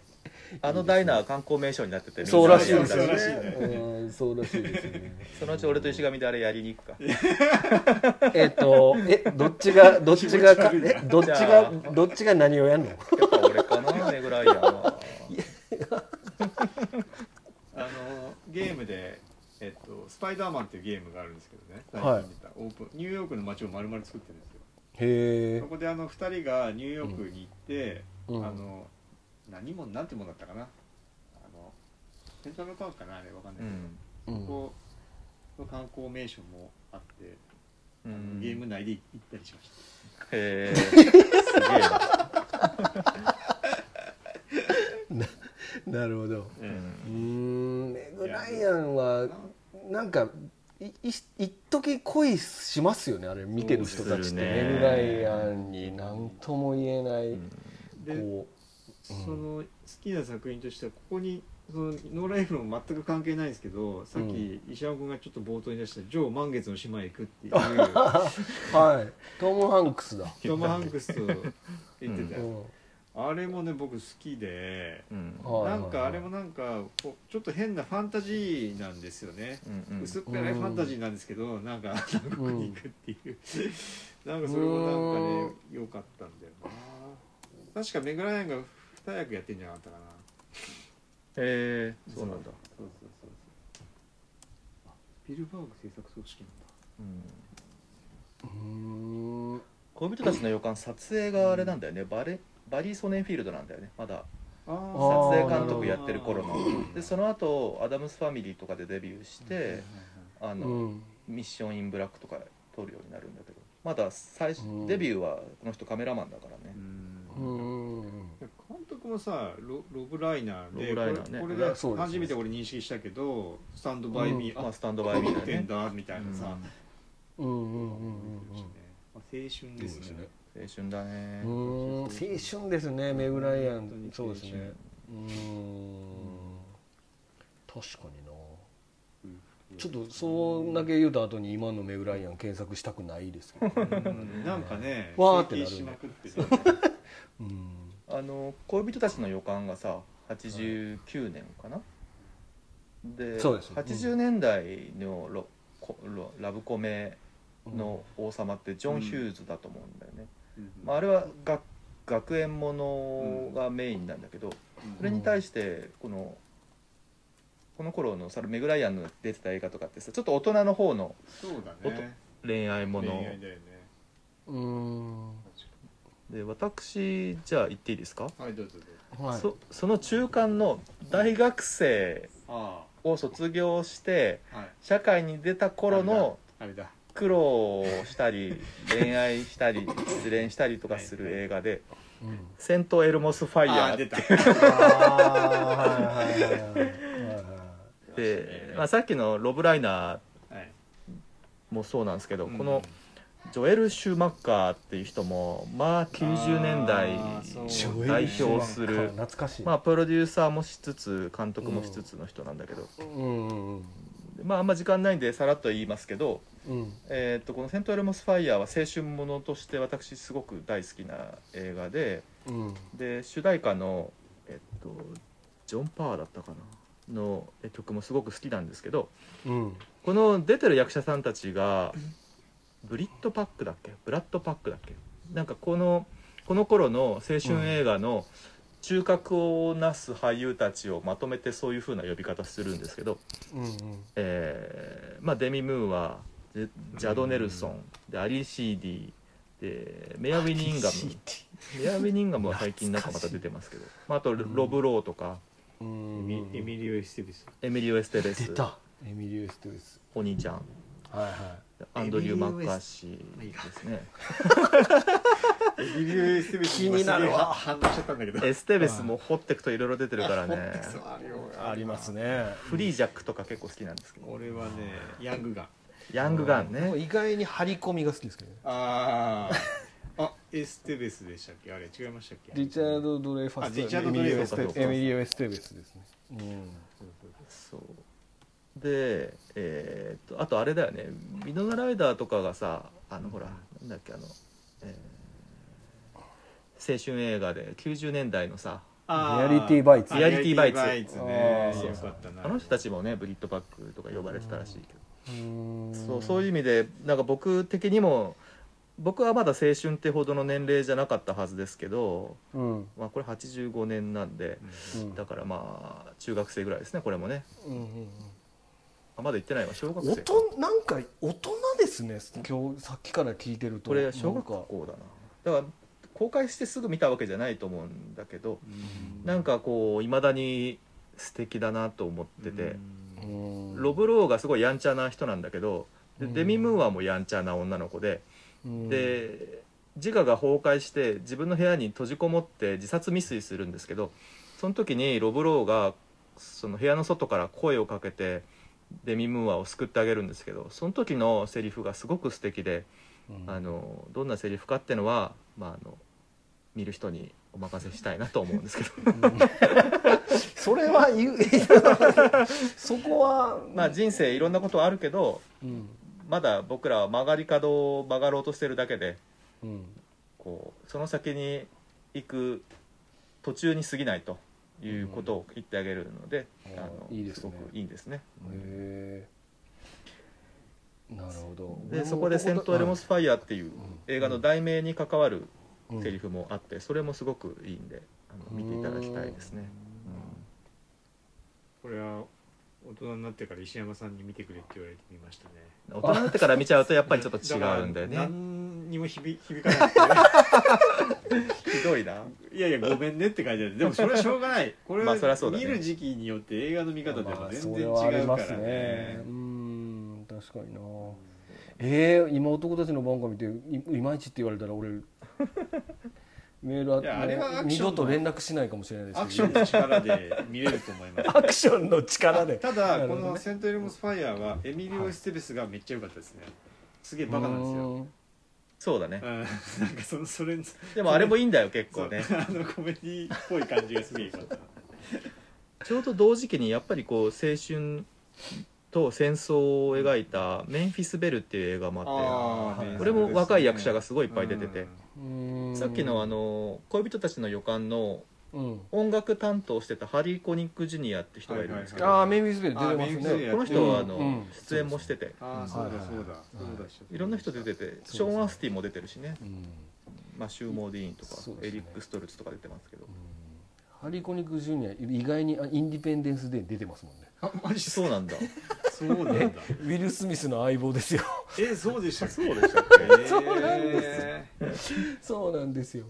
あのダイナーは観光名所になっててそうらしいみんでなすでよやるらしいそうらしいね。うんそうらしいですよね。そのうち俺と石神であれやりに行くかえっと、え、どっちが、どっちがか、気持ち悪いなえ、どっちじゃがあ、どっちが何をやんの。 やっぱ俺かなメグライアンはあのゲームで、えっと「スパイダーマン」っていうゲームがあるんですけどね最はい近出た、オープンニューヨークの街を丸々作ってるんですよへそこであの2人がニューヨークに行って、え。うんあの何もなんてもんだったかなあのセントラルパークかなあれわかんなういけど、んうんここの観光名所もあって、うあのんゲーム内で行ったりしましたへえすげえな なるほど。えうえうーんん、メグライアンは、なんか。いい一時恋しますよねあれ見てる人たちっすてるねメグライアンに何とも言えなういんでこその好きな作品としてはここにそのノーライフロン全く関係ないんですけどさっき石山君がちょっと冒頭に出した「ジョー満月の島へ行く」っていううはいトム・ハンクスだ、トム・ハンクス と言ってうたんあれもね僕好きでうんはいなんかあれもなんかこうちょっと変なファンタジーなんですよねうんうん薄っぺらいファンタジーなんですけどなんか南国に行くっていうなんかそれもなんかね良かったんだよな確かメグライアンが二役やってんじゃなかったかなへえそうなんだそうそうそうそうあビルバーグ制作組織なんだうんうん恋人たちの予感撮影があれなんだよねバレバリー・ソネンフィールドなんだよねまだ撮あー影監督やってる頃のでそのの後アダムス・ファミリーとかでデビューしてあの、うんミッション・イン・ブラックとか撮るようになるんだけどまだ最初、うんデビューはこの人カメラマンだからね、うん監督もさロロブ・ライナーでロブライナーねこれこれでそうです初めて俺認識したけど「スタンド・バイ・ミー」まああスタンドバイ頑ミー張だっよてねんだみたいなさうんうんうんまあ青春ですね青春だね、うんうん青春ですねメグライア本当ンにそうです青ね春うん確かになうんちょっとそうだけ言うた後に今のメグライアン検索したくないです けどねうんなんかねわーって整なるね形しまくっててうんあの恋人たちの予感がさ89年かな、でそうです80年代のロコロラブコメの王様ってジョン・ヒューズだと思うんだよね、まあ、あれは学学園ものがメインなんだけど、それに対してこのこの頃のさメグライアンの出てた映画とかってさちょっと大人の方のそうだね恋愛も恋の愛だよねうんで私じゃあ言っていいですか、はいどうぞどうぞはいそその中間の大学生あを卒業してあはい社会に出た頃のあれだ苦労をした り恋愛したり失恋したりとかする映画でうん「戦闘エルモス・ファイあヤあー」出たあーはいはいはいはいはで、まあ、さっきのロブ・ライナーはいもそうなんですけど、うんこのジョエル・シューマッカーっていう人もまあ90年代あーそういジョエル代表すシュるマッカー懐かしいまあプロデューサーもしつつ監督もしつつの人なんだけど、うんうんまああんま時間ないんでさらっと言いますけど、うんえー、とこの「セント・エルモス・ファイヤー」は青春ものとして私すごく大好きな映画でうんで主題歌の、えっとジョン・パワーだったかなのえ曲もすごく好きなんですけどうんこの出てる役者さんたちがブリットパックだっけブラッドパックだっけなんかこのこの頃の青春映画の中核をなす俳優たちをまとめてそういう風な呼び方するんですけど、うんうんえーまあ、デミ・ムーはジェジャド・ネルソンでアリー・シーディでメアウィ・ニンガムメアウィ・ニンガムは最近なんかまた出てますけど、まあ、あとロブ・ローとか、エうんミエミリオ・エステビスエミリオ・エステベス出たエミリオ・エステベスお兄ちゃんはいはアンドリュー・マッカーシーですねエミリオ・エステベス気になるわ今すげえ反応しちゃったんだけどエステベスも掘ってくといろいろ出てるからねそうあるよいありますねフリージャックとか結構好きなんですけど俺はねヤングガンヤングガンね意外に張り込みが好きですけどねあ ーあエステベスでしたっけあれ違いましたっけリチャード・ドレファあスリチャードエミリオドレエフスァステベスエミリオ・エステベスですねうんそうでえーっとあとあれだよねミノナライダーとかがさあのほらなんだっけあの、えー青春映画で90年代のさあーリアリティバイツリアリティバイツリアリティバねイツよかったなあの人たちもねブリッドパックとか呼ばれてたらしいけうんど、そうそういう意味でなんか僕的にも僕はまだ青春ってほどの年齢じゃなかったはずですけど、うんうんまあ、これ85年なんでだからまあ中学生ぐらいですねこれもねうんうんあまだ行ってないわ小学うん生音なんか大人ですね今日さっきから聞いてるとこれ小学なんか校だなだから公開してすぐ見たわけじゃないと思うんだけどうんなんかこういまだに素敵だなと思ってて、うんロブローがすごいやんちゃな人なんだけどでうんデミ・ムーアもやんちゃな女の子で、うんで自我が崩壊して自分の部屋に閉じこもって自殺未遂するんですけどその時にロブローがその部屋の外から声をかけてデミ・ムーアを救ってあげるんですけどその時のセリフがすごく素敵で。うんあのどんなセリフかってのは、まあ、あの見る人にお任せしたいなと思うんですけどそれは言う そこは まあ人生いろんなことあるけどうんまだ僕らは曲がり角を曲がろうとしてるだけでうんこうその先に行く途中に過ぎないということを言ってあげるので、うんあのいいですねごくいいんですね。へえなるほどでそこで「セント・エルモス・ファイア」っていう映画の題名に関わるうんセリフもあってそれもすごくいいんであの見ていただきたいですね。これは大人になってから石山さんに見てくれって言われてみましたね大人になってから見ちゃうとやっぱりちょっと違からうんだよ ね。何にも響響かなくひどいなていやいやごめんねって感じででもそれはしょうがないこ れまはあそりゃそうだ見ねる時期によって映画の見方でまもあ全そ然れ違はありうかますらねねうん確かになえー、今男たちの番組見ていいまいちって言われた ら俺メールあっいやあれはアク二ションの度と連絡しないかもしれないですけどアクションの力で見れると思 いますアクションの力でただなこるほどの「ねセント・エルモス・ファイア」はエミリオ・エステベスがめっちゃ良かったですねすげえバカなんですよそうだねうんなんかそのそれでもあれもいいんだよ結そ構うねあのコメディっぽい感じがすげえ良かったちょうど同時期にやっぱりこう青春と戦争を描いた「メンフィス・ベル」っていう映画もああってーこれも若い役者がすごいいっぱい出てて、うんさっきのあの「恋人たちの予感」のうん音楽担当してたハリー・コニック・ジュニアって人がいるんですけど、ああメイビーズベル出てまあーメイすビーズベルねやこの人はあの、うん出演もしててああそうだそうだそうだしいろんな人出ててショーン・アンスティも出てるしね、まあ、シューモー・ディーンとか、そうですねエリック・ストルツとか出てますけど、ハリコニックジュニア意外にあインディペンデンスデーに出てますもんねあマジそそううなんだそうなんだウィル・スミスの相棒ですよえそうでしたっけそうでしたっえーそうなんです そうなんですよ、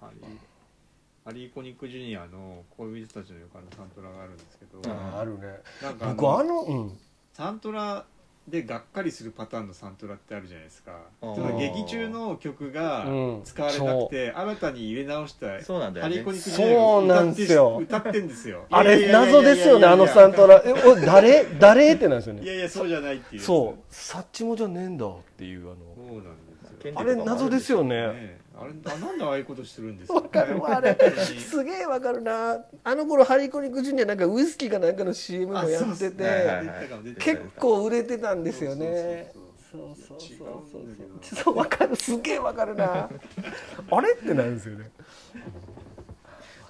ハリーハリー・コニック・ジュニアの恋人たちの予感のサントラがあるんですけどうんあーあるねなんかあ僕のあのうんサントラでがっかりするパターンのサントラってあるじゃないですかあーただ劇中の曲がうん使われなくて新たに入れ直したそうなんだよハリねー・コニック・ジュニアがそうなんですよ歌って歌ってんですよあいやれいやいやいや謎ですよねあのサントラえお誰誰ってなんですよいやねいやそうじゃないっていうやつそうサッチモじゃねえんだっていうあそのうなんですよあれ謎ですよねねあれあなんでああいうことしてるんですわかるわあれ本当に すげえわかるなあの頃ハリコニックジュニアなんかウイスキーかなんかの CM あもやってて、ねはいはい結構売れてたんですよねそうそうそうそうそうそうわかるすげえわかるなあれってなるんですよね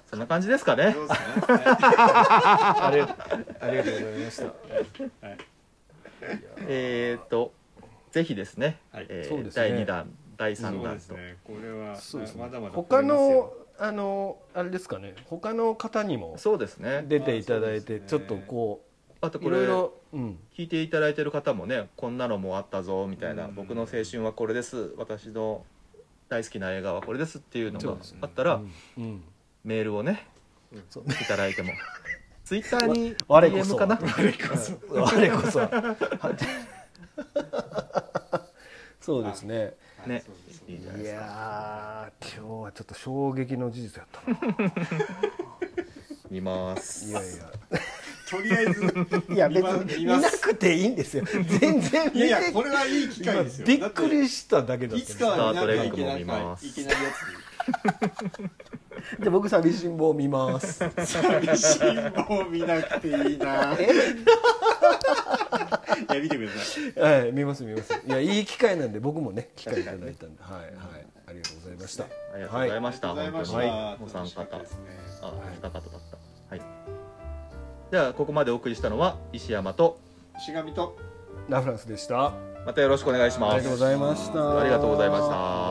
そんな感じですかねそうですねあれありがとうございましたえー、っとぜひですね,、はいえーそうですね第2弾第3そう弾ですと、ねこれはそうですねまだまだ他のあのあれですかね他の方にもそうですね出ていただいて、あちそょうっですとねこあとういこれろいろうん聞いていただいてる方もねこんなのもあったぞみたいな、うん僕の青春はこれです私の大好きな映画はこれですっていうのそがうですねあったら、うんうんメールをねいただいて もツイッターにわ我こそ DM かなうん我こそはは そうですねはいねそうですいいじゃないいですかやー今日はちょっと衝撃の事実やったな見まいすやいやとりあえずいや別見に見まなすくていいん ですよ全い然見てやいやこれはいい機会ですよびっくだりしただけっだてっいたつかは見なきゃいけないスタートレイクも見ますいけないやで僕寂しん坊見ます つ寂しいもう見なくていいないえや見てくださいはい見ます見ますいやいい機会なんで僕もね機会いただいたんではいはいありがとうございましたありがとうございました、ありがとうございまし本た当にお三楽しかった方ですねあ、はいお二方だったはいではここまでお送りしたのは石山としがみとラフランスでしたあまたよろしくお願いしりまがすとうございましたありがとうございました